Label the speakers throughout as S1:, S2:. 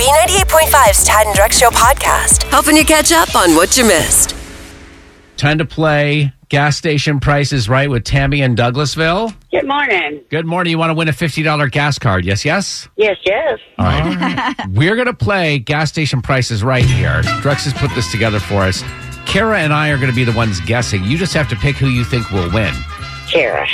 S1: B98.5's Tad and Drex Show podcast, helping you catch up on what you missed.
S2: Time to play gas station prices right with Tammy in Douglasville.
S3: Good morning.
S2: Good morning. You want to win a $50 gas card? Yes, yes?
S3: Yes, yes.
S2: All right. We're going to play gas station prices right here. Drex has put this together for us. Kara and I are going to be the ones guessing. You just have to pick who you think will win.
S3: Kara.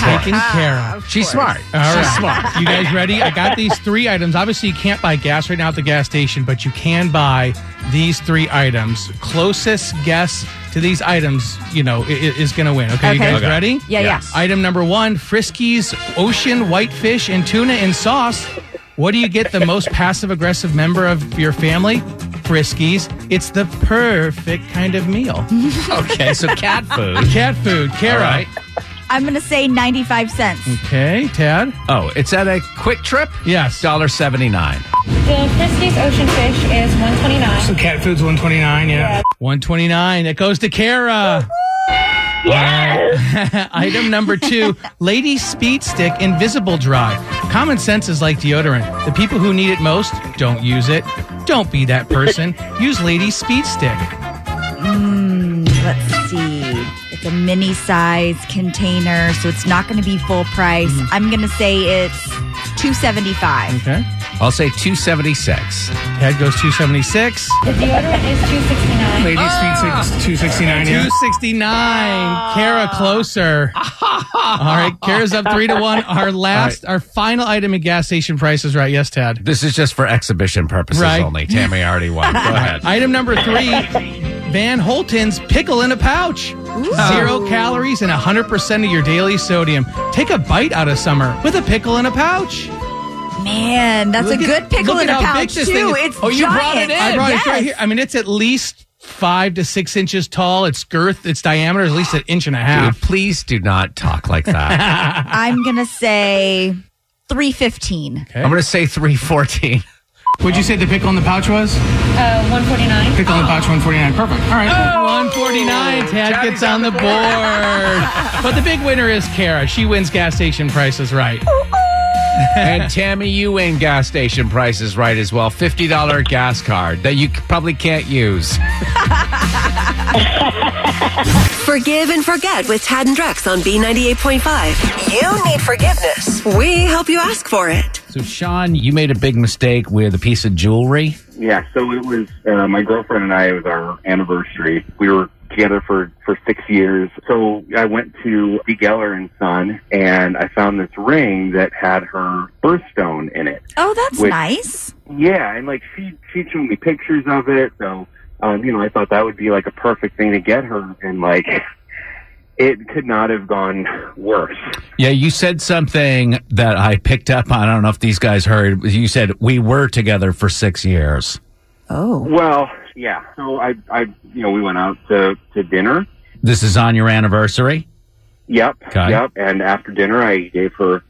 S4: taken care of.
S2: She's smart.
S4: All
S2: She's
S4: right.
S2: smart.
S4: You guys ready? I got these three items. Obviously, you can't buy gas right now at the gas station, but you can buy these three items. Closest guess to these items, you know, i- i- is going to win. Okay, you
S5: Okay.
S4: guys
S2: Okay.
S4: ready?
S5: Yeah, yeah.
S2: Yes.
S4: Item number one Friskies, ocean, whitefish, and tuna in sauce. What do you get the most passive aggressive member of your family? Friskies. It's the perfect kind of meal.
S2: Okay, so cat food.
S4: Cat food,
S2: All
S4: Kara.
S2: right.
S5: I'm going to say 95 cents.
S4: Hmm. Okay, Tad.
S2: Oh, it's at a quick trip?
S4: Yes.
S2: $1.79.
S6: The Friskies Ocean Fish is 129.
S4: Cat food's 129, yeah. 129. That goes to Kara. Item number two, Lady Speed Stick Invisible Dry. Common sense is like deodorant. The people who need it most don't use it. Don't be that person. Use Lady Speed Stick.
S5: Let's see. It's a mini size container, so it's not going to be full price.
S4: Mm-hmm.
S5: I'm going to say it's 275.
S4: Okay.
S2: I'll say 276.
S4: Head goes 276.
S6: The deodorant is 269.
S4: Lady Speed Stick 269. 269. Kara closer. All right. Kara's up three to one. Our last, our final item in gas station prices, right? Yes, Tad.
S2: This is just for exhibition purposes
S4: Right.
S2: only. Tammy already won. Go ahead.
S4: Item number three Van Holten's pickle in a pouch. Zero calories and 100% of your daily sodium. Take a bite out of summer with a pickle in a pouch.
S5: Man, that's
S4: Look
S5: a
S4: at-
S5: good pickle
S4: look
S5: in
S4: at
S5: a
S4: how
S5: pouch,
S4: big
S5: too.
S4: this thing is.
S5: It's
S2: Oh, you
S5: giant.
S2: brought it in.
S4: I brought it right
S5: Yes.
S4: here. I mean, it's at least five to six inches tall. Its girth, its diameter is at least an inch and a
S2: Dude,
S4: half.
S2: please do not talk like that.
S5: I'm going to say 315.
S2: I'm going to say 314.
S4: Would you say the pickle in the pouch was?
S6: Uh, 149.
S4: Pickle in the pouch, 149. Perfect. All right. 149. Tad
S2: Tabby's
S4: gets on the board. but the big winner is Kara. She wins gas station prices right.
S2: and Tammy, you win gas station prices right as well. $50 gas card that you probably can't use.
S1: Forgive and forget with Tad and Drex on B98.5. You need forgiveness. We help you ask for it.
S2: So, Sean, you made a big mistake with a piece of jewelry.
S7: Yeah, so it was uh, my girlfriend and I. It was our anniversary. We were together for for six years. So I went to D. Geller and Son, and I found this ring that had her birthstone in it.
S5: Oh, that's
S7: Wait.
S5: nice.
S7: Yeah, and like she she showed me pictures of it. So um, you know, I thought that would be like a perfect thing to get her, and like it could not have gone worse.
S2: Yeah, you said something that I picked up on. I don't know if these guys heard. You said, We were together for six years.
S5: Oh.
S7: Well, yeah. So I I you know we went out to to dinner.
S2: This is on your anniversary.
S7: Yep.
S2: Okay.
S7: Yep. And after dinner, I gave her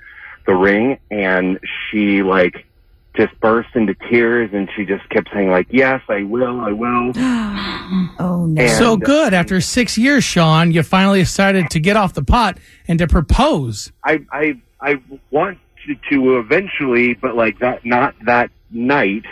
S7: the ring, and she like just burst into tears, and she just kept saying like, "Yes, I will, I will."
S5: Oh, no.
S7: And,
S4: so good. After six years, Sean, you finally decided to get off the pot and to propose.
S7: I I I want to, to eventually, but like that, not that night.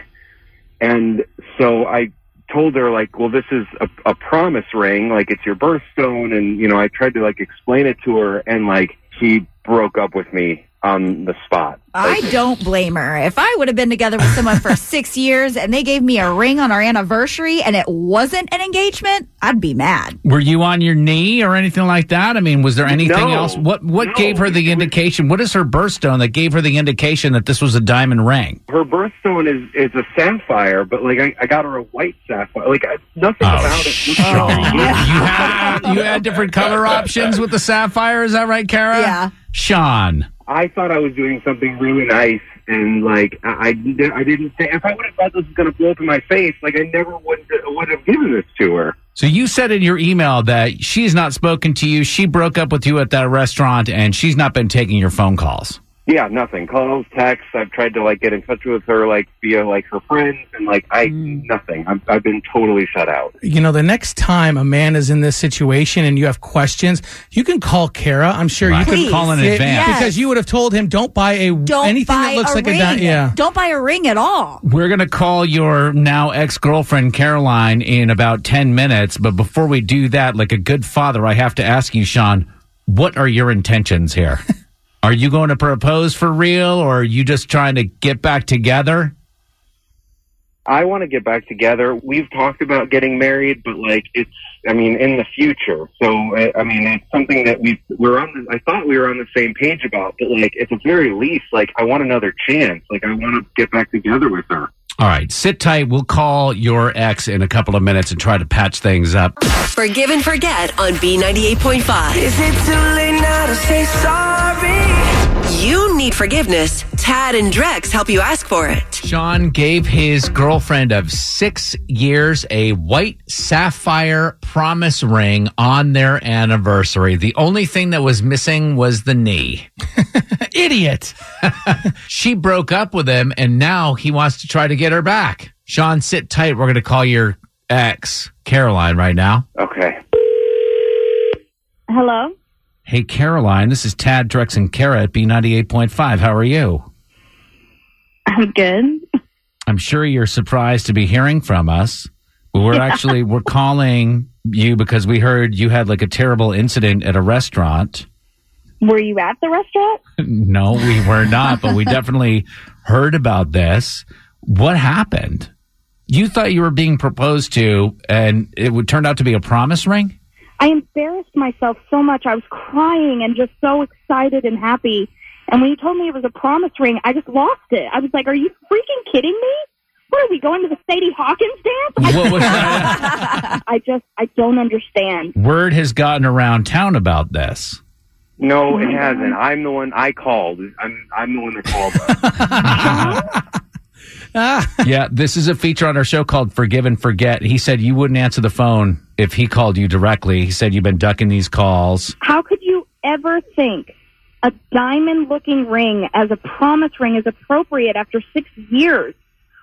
S7: And so I told her like, "Well, this is a, a promise ring. Like it's your birthstone," and you know, I tried to like explain it to her, and like she broke up with me on the spot.
S5: I don't blame her. If I would have been together with someone for six years and they gave me a ring on our anniversary and it wasn't an engagement, I'd be mad.
S2: Were you on your knee or anything like that? I mean, was there anything
S7: No.
S2: else? What what
S7: No.
S2: gave her the indication? What is her birthstone that gave her the indication that this was a diamond ring?
S7: her birthstone is is a sapphire, but like I, I got her a white sapphire. Like I, nothing about it. looked very
S2: Oh, You
S7: good.
S2: had, you had different color options with the sapphire, is that right, Kara?
S5: Yeah.
S2: Sean.
S7: I thought I was doing something really nice, and like I I, didn't- I didn't say if I would have thought this was gonna blow up in my face, like I never would would have given this to her.
S2: So you said in your email that she's not spoken to you. She broke up with you at that restaurant and she's not been taking your phone calls.
S7: yeah, nothing. Calls, texts. I've tried to like get in touch with her, like via like her friends, and like I
S2: Mm.
S7: nothing. I'm, I've been totally shut out.
S4: You know, the next time a man is in this situation and you have questions, you can call Kara. I'm sure you
S2: Right.
S4: could
S5: Please.
S2: Call in
S4: Yeah,
S2: advance.
S5: Yes.
S4: because you would have told him don't buy a
S5: Don't
S4: anything
S5: buy
S4: that looks
S5: a
S4: like
S5: ring.
S4: a di- yeah.
S5: Don't buy a ring at all.
S2: We're going to call your now ex girlfriend Caroline in about 10 minutes. But before we do that, like a good father, I have to ask you, Sean, what are your intentions here? are you going to propose for real or are you just trying to get back together?
S7: I want to get back together. We've talked about getting married, but like it's, I mean, in the future. So I, I mean, it's something that we we're on. The, I thought we were on the same page about, but like at the very least, like I want another chance. Like I want to get back together with her.
S2: All right, sit tight. We'll call your ex in a couple of minutes and try to patch things up.
S1: Forgive and Forget on B98.5.
S3: Is it too late now to say sorry?
S1: You need forgiveness. Tad and Drex help you ask for it.
S2: Sean gave his girlfriend of six years a white sapphire promise ring on their anniversary. The only thing that was missing was the knee.
S4: Idiot.
S2: She broke up with him and now he wants to try to get her back. Sean, sit tight. We're going to call your ex, Caroline, right now.
S7: Okay.
S8: Hello.
S2: Hey, Caroline, this is Tad, Drex, and Kara at B98.5. How are you?
S8: I'm good.
S2: I'm sure you're surprised to be hearing from us. But We're actually we're calling you because we heard you had like a terrible incident at a restaurant.
S8: Were you at the restaurant?
S2: No, we were not, but we definitely heard about this. What happened? You thought you were being proposed to and it would turn out to be a promise ring?
S8: I embarrassed myself so much. I was crying and just so excited and happy. And when you told me it was a promise ring, I just lost it. I was like, "Are you freaking kidding me? What are we going to the Sadie Hawkins dance?"
S2: What was that?
S8: I, I just, I don't understand.
S2: Word has gotten around town about this.
S7: No,
S8: Oh
S7: it hasn't. I'm the one I called. I'm I'm the one that called. Us.
S2: Yeah, this is a feature on our show called Forgive and Forget. He said you wouldn't answer the phone if he called you directly. He said you've been ducking these calls.
S8: How could you ever think a diamond-looking ring as a promise ring is appropriate after six years?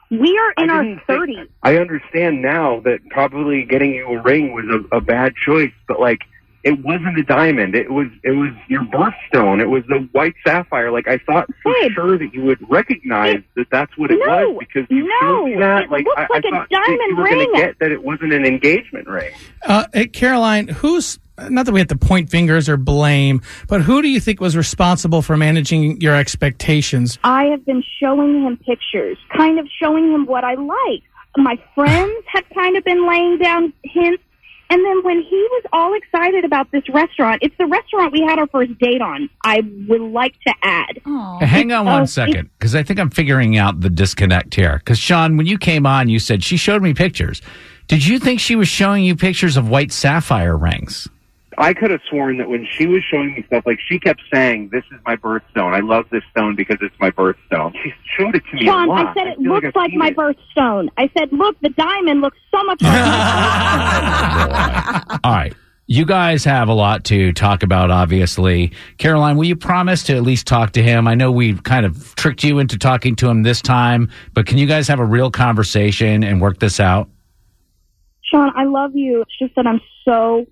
S8: We are in
S7: I
S8: our
S7: didn't think-
S8: thirties.
S7: I understand now that probably getting you a ring was a, a bad choice, but like it wasn't a diamond. It was it was your birthstone. It was the white sapphire. Like I thought for
S8: Babe.
S7: sure that you would recognize that that's what it
S8: No.
S7: was because you showed me
S8: No.
S7: that.
S8: It
S7: like
S8: looks
S7: I,
S8: like
S7: I
S8: a
S7: thought that you
S8: diamond
S7: were gonna
S8: ring.
S7: get that it wasn't an engagement ring.
S4: Uh, hey, Caroline, who's not that we have to point fingers or blame, but who do you think was responsible for managing your expectations?
S8: I have been showing him pictures, kind of showing him what I like. My friends have kind of been laying down hints. And then when he was all excited about this restaurant, it's the restaurant we had our first date on, I would like to add.
S2: Hang on one
S8: Oh,
S2: second, because I think I'm figuring out the disconnect here. Because Sean, when you came on, you said she showed me pictures. Did you think she was showing you pictures of white sapphire rings?
S7: I could have sworn that when she was showing me stuff, like she kept saying, "This is my birthstone. I love this stone because it's my birthstone." She showed it to me a
S8: Sean,
S7: lot.
S8: I said it
S7: feel
S8: looks
S7: I've
S8: like
S7: seen
S8: my
S7: it.
S8: birthstone. I said, look, the diamond looks so much like
S2: All right. You guys have a lot to talk about, obviously. Caroline, will you promise to at least talk to him? I know we kind of tricked you into talking to him this time, but can you guys have a real conversation and work this out?
S8: Sean, I love you. It's just that I'm so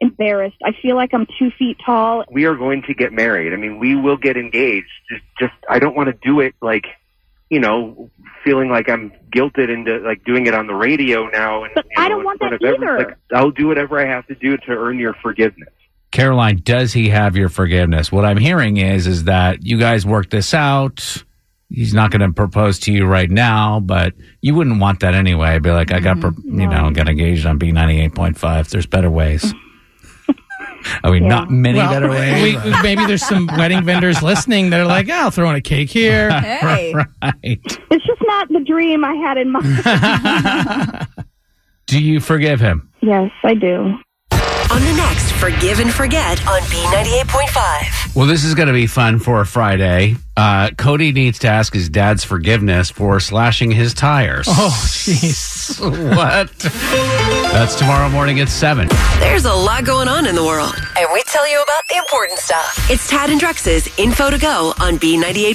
S8: embarrassed. I feel like I'm two feet tall.
S7: we are going to get married. I mean, we will get engaged. Just, just I don't want to do it like, you know, feeling like I'm guilted into like doing it on the radio now. And,
S8: But
S7: you know,
S8: I don't
S7: in
S8: want
S7: front
S8: that
S7: of every-
S8: either.
S7: Like, I'll do whatever I have to do to earn your forgiveness.
S2: Caroline, does he have your forgiveness? What I'm hearing is is that you guys worked this out. He's not going to propose to you right now, but you wouldn't want that anyway. Be like, I got,
S4: Mm-hmm.
S2: pro- you know, got engaged on B98.5. There's better ways. I mean, not many
S4: Well,
S2: better ways.
S4: we- maybe there's some wedding vendors listening that are like, oh, I'll throw in a cake here.
S5: Hey.
S2: right.
S8: It's just not the dream I had in mind.
S2: Do you forgive him?
S8: yes, I do.
S1: On the next Forgive and Forget on B98.5.
S2: Well, this is going to be fun for a Friday. Uh, Cody needs to ask his dad's forgiveness for slashing his tires.
S4: Oh, jeez.
S2: what? That's tomorrow morning at 7.
S1: There's a lot going on in the world, and we tell you about the important stuff. It's Tad and Drex's Info to Go on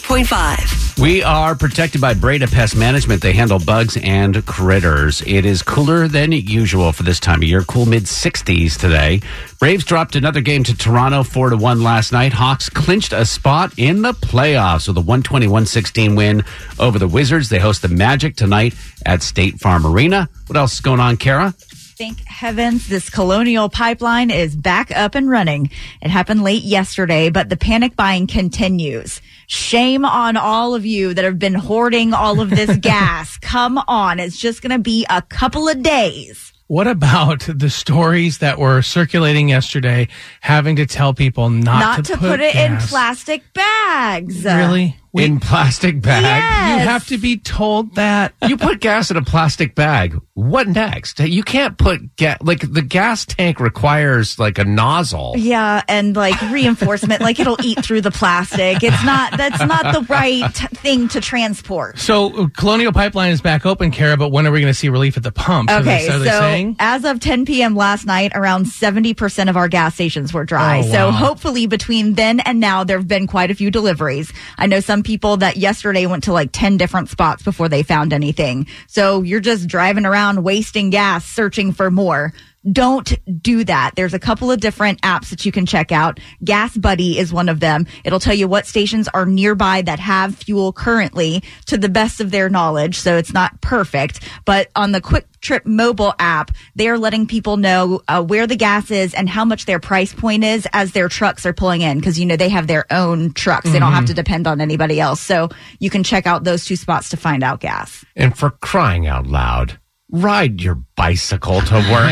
S1: B98.5.
S2: We are protected by Breda Pest Management. They handle bugs and critters. It is cooler than usual for this time of year. Cool mid 60s today. Braves dropped another game to Toronto 4 to 1 last night. Hawks clinched a spot in the playoffs with a 121-16 win over the Wizards. They host the Magic tonight at State Farm Arena. What else is going on, Kara?
S5: Thank heavens this colonial pipeline is back up and running. It happened late yesterday, but the panic buying continues. Shame on all of you that have been hoarding all of this gas. Come on. It's just going to be a couple of days.
S4: What about the stories that were circulating yesterday having to tell people not,
S5: Not to, put, it in
S4: gas?
S5: plastic bags.
S4: Really? We,
S2: in plastic bag.
S5: Yes.
S4: you have to be told that.
S2: You put gas in a plastic bag. What next? You can't put gas like the gas tank requires like a nozzle.
S5: Yeah, and like reinforcement, like it'll eat through the plastic. It's not, that's not the right thing to transport.
S4: So uh, Colonial Pipeline is back open, Kara, but when are we going to see relief at the pump?
S5: Okay,
S4: are they
S5: so
S4: saying?
S5: as of 10 p.m. last night, around 70% of our gas stations were dry.
S4: Oh,
S5: So
S4: wow.
S5: hopefully between then and now, there have been quite a few deliveries. I know some people that yesterday went to like 10 different spots before they found anything. So you're just driving around wasting gas, searching for more. Don't do that. There's a couple of different apps that you can check out. Gas Buddy is one of them. It'll tell you what stations are nearby that have fuel currently to the best of their knowledge. So it's not perfect, but on the quick Trip mobile app, they are letting people know uh, where the gas is and how much their price point is as their trucks are pulling in because you know they have their own trucks. They don't have to depend on anybody else. So you can check out those two spots to find out gas.
S2: And for crying out loud, ride your bicycle to work.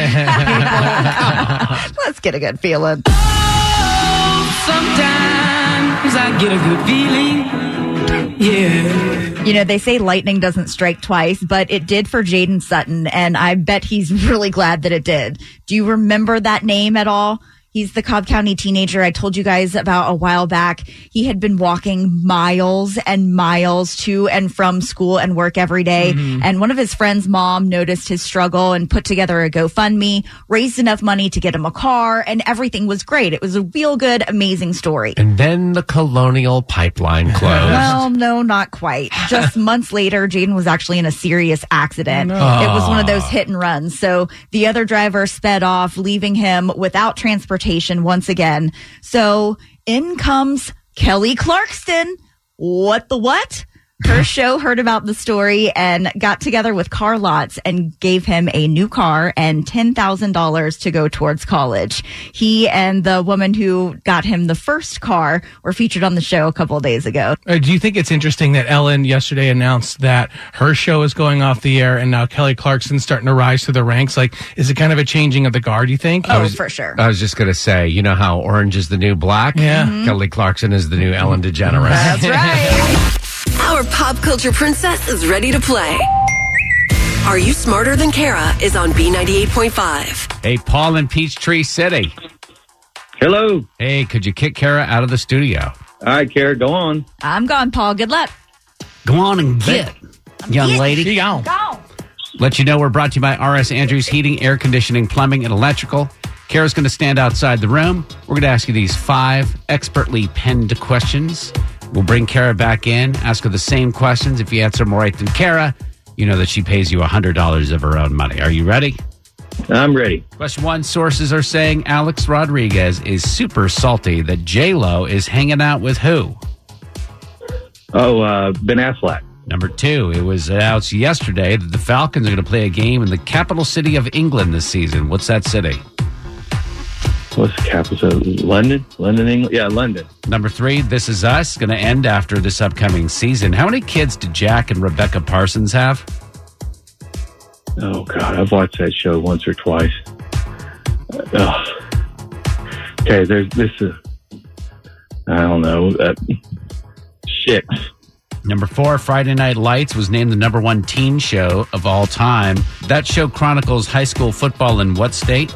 S5: Let's get a good feeling.
S3: Sometimes I get a good feeling. Yeah.
S5: You know, they say lightning doesn't strike twice, but it did for Jaden Sutton, and I bet he's really glad that it did. Do you remember that name at all? He's the Cobb County teenager I told you guys about a while back. He had been walking miles and miles to and from school and work every day, And one of his friend's mom noticed his struggle and put together a GoFundMe, raised enough money to get him a car, and everything was great. It was a real good, amazing story.
S2: and then the colonial pipeline closed.
S5: Well, no, not quite. Just months later, Jaden was actually in a serious accident. It was one of those hit and runs. So the other driver sped off, leaving him without transportation once again. So in comes Kelly Clarkston. What the what? Her show heard about the story and got together with Car Lots and gave him a new car and $10,000 to go towards college. He and the woman who got him the first car were featured on the show a couple of days ago.
S4: Uh, do you think it's interesting that Ellen yesterday announced that her show is going off the air and now Kelly Clarkson's starting to rise to the ranks? Like, is it kind of a changing of the guard, you think?
S5: Oh, for sure.
S2: I was just going to say, you know how Orange is the new black?
S4: Yeah.
S2: Kelly Clarkson is the new Ellen DeGeneres.
S5: That's right.
S1: Our pop culture princess is ready to play. Are You Smarter Than Kara is on B98.5.
S2: Hey, Paul in Peachtree City.
S9: Hello.
S2: Hey, could you kick Kara out of the studio?
S9: All right, Kara, go on.
S5: I'm gone, Paul. Good luck.
S2: Go on and get, young lady.
S4: She gone.
S2: Let you know we're brought to you by RS Andrews Heating, Air Conditioning, Plumbing, and Electrical. Kara's going to stand outside the room. We're going to ask you these five expertly penned questions. We'll bring Kara back in, ask her the same questions. If you answer more right than Kara, you know that she pays you $100 of her own money. Are you ready?
S9: I'm ready.
S2: Question one Sources are saying Alex Rodriguez is super salty that Lo is hanging out with who?
S9: Oh, uh, Ben Affleck.
S2: Number two, it was announced yesterday that the Falcons are going to play a game in the capital city of England this season. What's that city?
S9: What's the capital? London? London, England? Yeah, London.
S2: Number three, This Is Us, going to end after this upcoming season. How many kids did Jack and Rebecca Parsons have?
S9: Oh, God. I've watched that show once or twice. Uh, Ugh. Okay, there's this is, I don't know, uh, six.
S2: Number four, Friday Night Lights was named the number one teen show of all time. That show chronicles high school football in what state?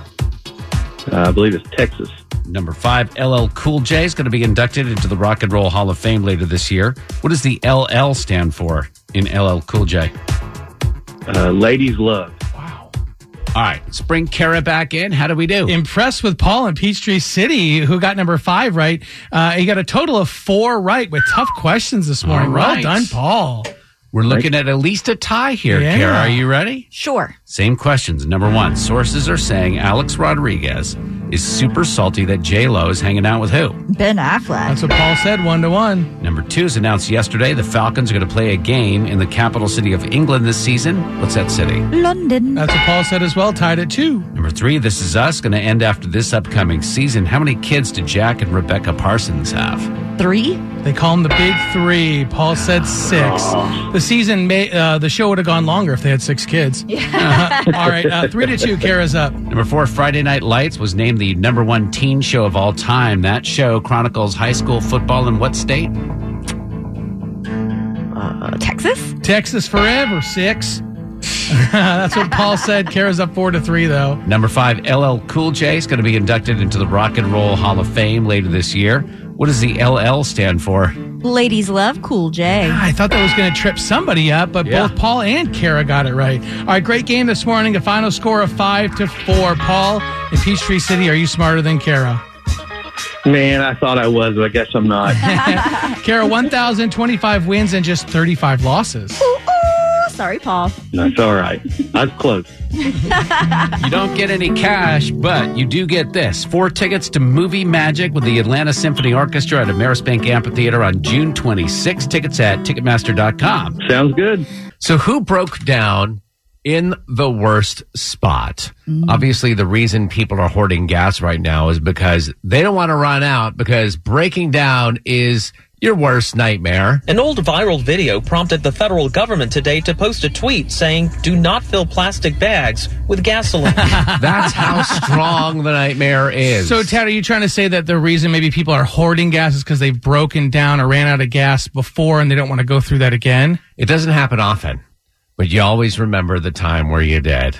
S9: Uh, I believe it's Texas.
S2: Number five, LL Cool J is going to be inducted into the Rock and Roll Hall of Fame later this year. What does the LL stand for in LL Cool J?
S9: Uh, Ladies Love.
S2: All right, let's bring Kara back in. How do we do?
S4: Impressed with Paul in Peachtree City, who got number five right. Uh, he got a total of four right with tough questions this morning.
S2: All right.
S4: Well done, Paul.
S2: We're looking at at least a tie here,
S4: Yeah.
S2: Kara. Are you ready?
S5: Sure.
S2: Same questions. Number one, sources are saying Alex Rodriguez is super salty that J Lo is hanging out with who?
S5: Ben Affleck.
S4: That's what Paul said, one to one.
S2: Number two is announced yesterday the Falcons are going to play a game in the capital city of England this season. What's that city?
S5: London.
S4: That's what Paul said as well, tied at two.
S2: Number three, This Is Us going to end after this upcoming season. How many kids did Jack and Rebecca Parsons have?
S5: Three.
S4: They call him the Big Three. Paul said six. The season, may, uh, the show would have gone longer if they had six kids. Uh-huh. All right, uh, three to two. Kara's up.
S2: Number four, Friday Night Lights was named the number one teen show of all time. That show chronicles high school football in what state?
S5: Uh, Texas.
S4: Texas forever six. That's what Paul said. Kara's up four to three though.
S2: Number five, LL Cool J is going to be inducted into the Rock and Roll Hall of Fame later this year. What does the LL stand for?
S5: Ladies love Cool J.
S4: I thought that was going to trip somebody up, but
S2: Yeah.
S4: both Paul and Kara got it right. All right, great game this morning. A final score of five to four. Paul in Peachtree City, are you smarter than Kara?
S9: Man, I thought I was, but I guess I'm not.
S4: Kara, 1,025 wins and just 35 losses.
S5: Ooh, sorry, Paul.
S9: That's all right. I was close.
S2: You don't get any cash, but you do get this four tickets to Movie Magic with the Atlanta Symphony Orchestra at Amerisbank Amphitheater on June 26. Tickets at Ticketmaster.com.
S9: Sounds good.
S10: So, who broke down in the worst spot?
S5: Mm-hmm.
S10: Obviously, the reason people are hoarding gas right now is because they don't want to run out because breaking down is your worst nightmare.
S11: An old viral video prompted the federal government today to post a tweet saying, do not fill plastic bags with gasoline.
S10: That's how strong the nightmare is.
S4: So, Tad, are you trying to say that the reason maybe people are hoarding gas is because they've broken down or ran out of gas before and they don't want to go through that again?
S10: It doesn't happen often, but you always remember the time where you did.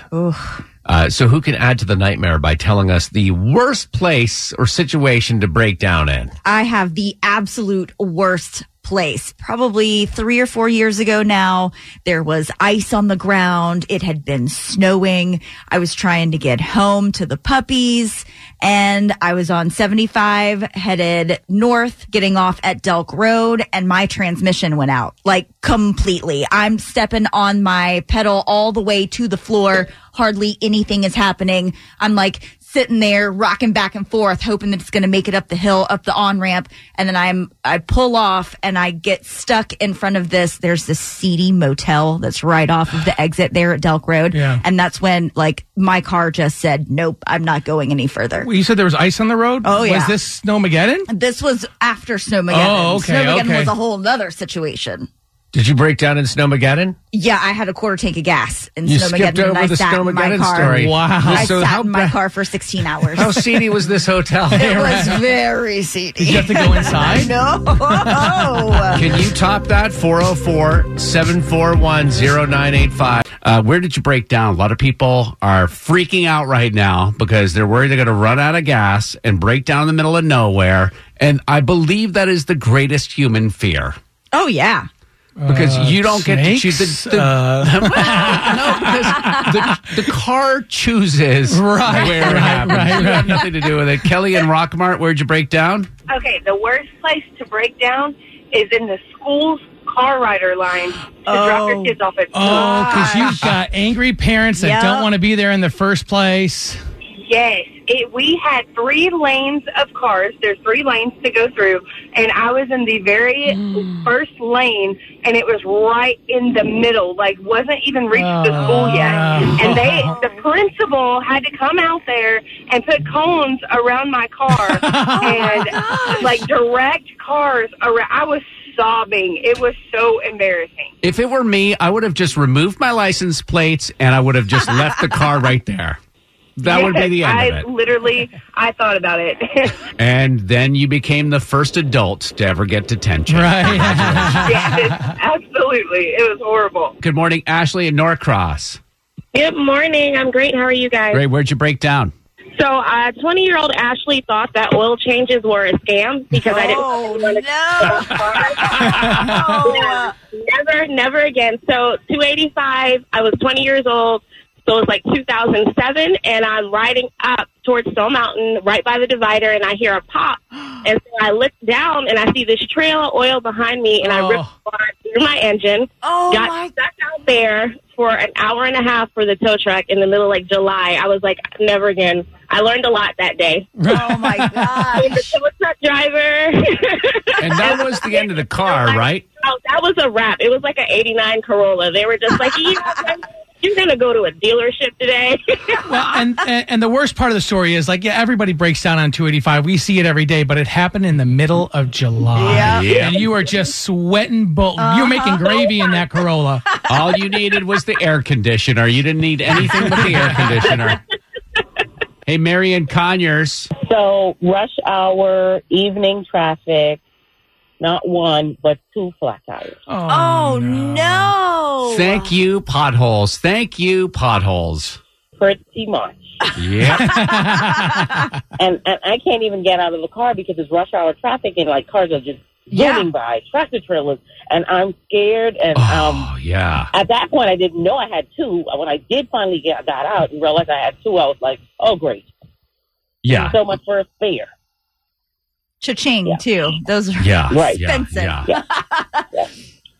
S10: Uh, so, who can add to the nightmare by telling us the worst place or situation to break down in?
S5: I have the absolute worst place. Probably three or four years ago now, there was ice on the ground. It had been snowing. I was trying to get home to the puppies and I was on 75 headed north, getting off at Delk Road and my transmission went out like completely. I'm stepping on my pedal all the way to the floor. Hardly anything is happening. I'm like, sitting there rocking back and forth, hoping that it's going to make it up the hill, up the on ramp. And then I'm, I pull off and I get stuck in front of this. There's this seedy motel that's right off of the exit there at Delk Road.
S4: Yeah.
S5: And that's when like my car just said, nope, I'm not going any further.
S4: Well, you said there was ice on the road?
S5: Oh, yeah.
S4: Was this Snowmageddon?
S5: this was after Snowmageddon.
S4: Oh, okay,
S5: Snowmageddon
S4: okay.
S5: was a whole other situation.
S10: Did you break down in Snowmageddon?
S5: Yeah, I had a quarter tank of gas in
S10: You
S5: Snowmageddon.
S10: skipped
S5: and
S10: over
S5: I
S10: the
S5: sat in my
S10: Snowmageddon
S5: car.
S10: story.
S4: Wow.
S5: I
S10: So how
S5: sat in my
S10: bad-
S5: car for 16 hours.
S10: How seedy was this hotel?
S5: it was very seedy.
S4: Did you have to go inside?
S5: No.
S10: Can you top that? 404 741 0985.
S2: Uh, where did you break down? A lot of people are freaking out right now because they're worried they're going to run out of gas and break down in the middle of nowhere. And I believe that is the greatest human fear
S5: oh yeah.
S2: because you don't get to
S4: Uh, snakes?
S2: choose the, the,
S4: Uh,
S2: no, because the, the car chooses
S4: Right,
S2: where it happens. You have nothing to do with it. Kelly and Rockmart, where'd you break down?
S8: Okay, the worst place to break down is in the school's car rider line to drop your kids off at school.
S4: Oh, because you've got angry parents that
S5: Yep.
S4: don't want to be there in the first place.
S8: Yes, it, we had three lanes of cars. There's three lanes to go through, and I was in the very first lane, and it was right in the middle, like wasn't even reached the school yet. And they, the principal, had to come out there and put cones around my car and
S12: Oh
S8: like direct cars around. I was sobbing. It was so embarrassing.
S2: If it were me, I would have just removed my license plates and I would have just left the car right there. That would be the end
S8: I
S2: of it.
S8: literally, I thought about it.
S2: And then you became the first adult to ever get detention.
S4: Right.
S8: yes, absolutely. It was horrible.
S2: Good morning, Ashley and Norcross.
S8: Good morning. I'm great. How are you guys?
S2: Great. Where'd you break down?
S12: So, uh, 20 year old Ashley thought that oil changes were a scam because I didn't. Oh, no. never, never again. So, 285, I was 20 years old. So, it was like 2007, and I'm riding up towards Stone Mountain right by the divider, and I hear a pop. And so I look down and I see this trail of oil behind me, and I ripped
S4: Oh.
S12: the bar through my engine.
S5: Oh,
S12: got
S5: my-
S12: stuck out there for an hour and a half for the tow truck in the middle of like July. I was like, never again. I learned a lot that day.
S5: Oh my god!
S12: the tow truck driver.
S2: And that was the end of the car, right?
S12: oh, that was a wrap. It was like an '89 Corolla. They were just like, "Yeah, you're gonna go to a dealership today.
S4: well, and, and and the worst part of the story is like, yeah, everybody breaks down on 285. We see it every day, but it happened in the middle of July,
S10: Yeah. Yeah.
S4: and you are just sweating. Bull-
S5: Uh-huh.
S4: You're making gravy in that Corolla.
S2: All you needed was the air conditioner. You didn't need anything but the air conditioner. Hey, Marion Conyers.
S13: So rush hour, evening traffic, not one but two flat tires.
S5: Oh, no.
S2: Thank you, potholes. Thank you, potholes.
S13: Pretty much.
S2: Yeah.
S13: And, and I can't even get out of the car because it's rush hour traffic and like cars are just
S5: Yeah.
S13: zooming by, tractor trailers, and I'm scared. And
S2: Oh.
S13: um,
S2: yeah.
S13: at that point, I didn't know I had two. When I did finally get got out and realized I had two, I was like, oh great.
S2: Yeah.
S13: So much for a fare.
S5: Cha-ching too. Those are
S2: Yeah. Right. Yeah,
S5: expensive.
S2: yeah.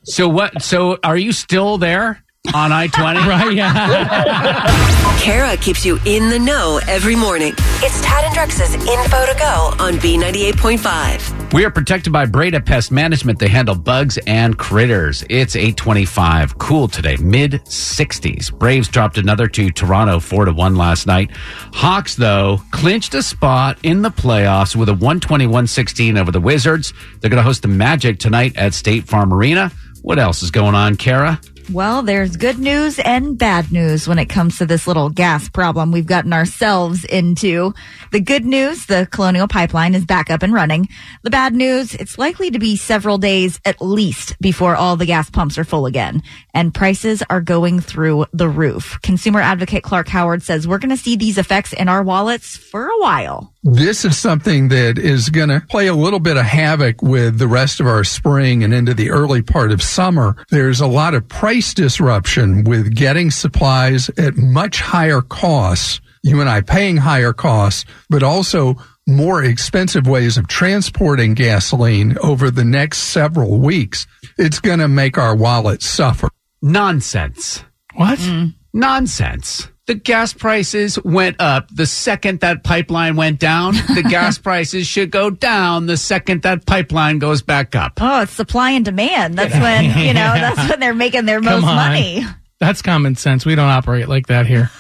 S2: So what? So are you still there on I twenty?
S4: right. Yeah.
S1: Kara keeps you in the know every morning. It's Tad and Drex's info to go on B98.5.
S2: We are protected by Breda Pest Management. They handle bugs and critters. It's 825. Cool today. Mid 60s. Braves dropped another to Toronto 4 to 1 last night. Hawks, though, clinched a spot in the playoffs with a 121 16 over the Wizards. They're going to host the Magic tonight at State Farm Arena. What else is going on, Kara?
S5: Well, there's good news and bad news when it comes to this little gas problem we've gotten ourselves into. The good news, the Colonial Pipeline is back up and running. The bad news, it's likely to be several days at least before all the gas pumps are full again. And prices are going through the roof. Consumer advocate Clark Howard says we're going to see these effects in our wallets for a while.
S14: This is something that is going to play a little bit of havoc with the rest of our spring and into the early part of summer. There's a lot of price disruption with getting supplies at much higher costs, you and I paying higher costs, but also more expensive ways of transporting gasoline over the next several weeks. It's going to make our wallets suffer.
S2: Nonsense.
S4: What?
S2: Mm. Nonsense. The gas prices went up the second that pipeline went down. The gas prices should go down the second that pipeline goes back up.
S5: Oh, it's supply and demand. That's when, you know, that's when they're making their
S4: Come
S5: most
S4: on.
S5: money.
S4: That's common sense. We don't operate like that here.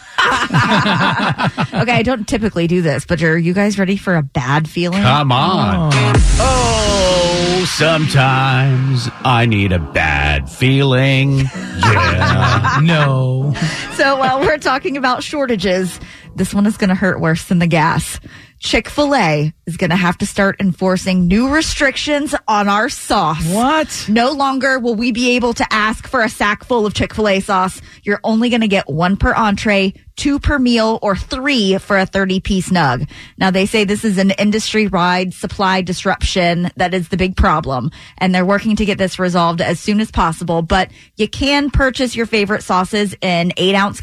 S5: okay, I don't typically do this, but are you guys ready for a bad feeling?
S2: Come on. Oh, sometimes I need a bad feeling. Yeah.
S4: no.
S5: So while we're talking about shortages, this one is going to hurt worse than the gas. Chick fil A is going to have to start enforcing new restrictions on our sauce.
S4: What?
S5: No longer will we be able to ask for a sack full of Chick fil A sauce. You're only going to get one per entree, two per meal, or three for a 30 piece nug. Now, they say this is an industry wide supply disruption that is the big problem, and they're working to get this resolved as soon as possible. But you can purchase your favorite sauces in eight ounce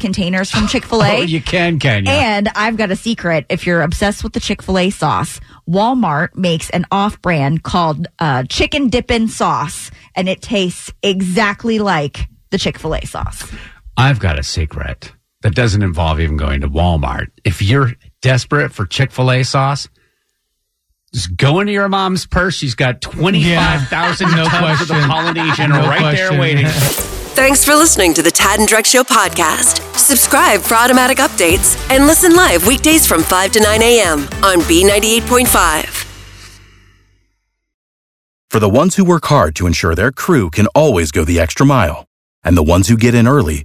S5: containers from Chick fil A.
S2: Oh, you can, can you?
S5: And I've got a secret. If you're obsessed with the Chick fil A sauce, Walmart makes an off brand called uh, chicken dippin' sauce, and it tastes exactly like the Chick fil A sauce.
S2: I've got a secret that doesn't involve even going to Walmart. If you're desperate for Chick fil A sauce, just go into your mom's purse. She's got 25,000
S4: No
S2: tubs of the
S4: question.
S2: Polynesian
S4: No
S2: right there
S4: question.
S2: waiting.
S1: Thanks for listening to the Tad and Drex Show podcast. Subscribe for automatic updates and listen live weekdays from 5 to 9 a.m. on B98.5.
S15: For the ones who work hard to ensure their crew can always go the extra mile, and the ones who get in early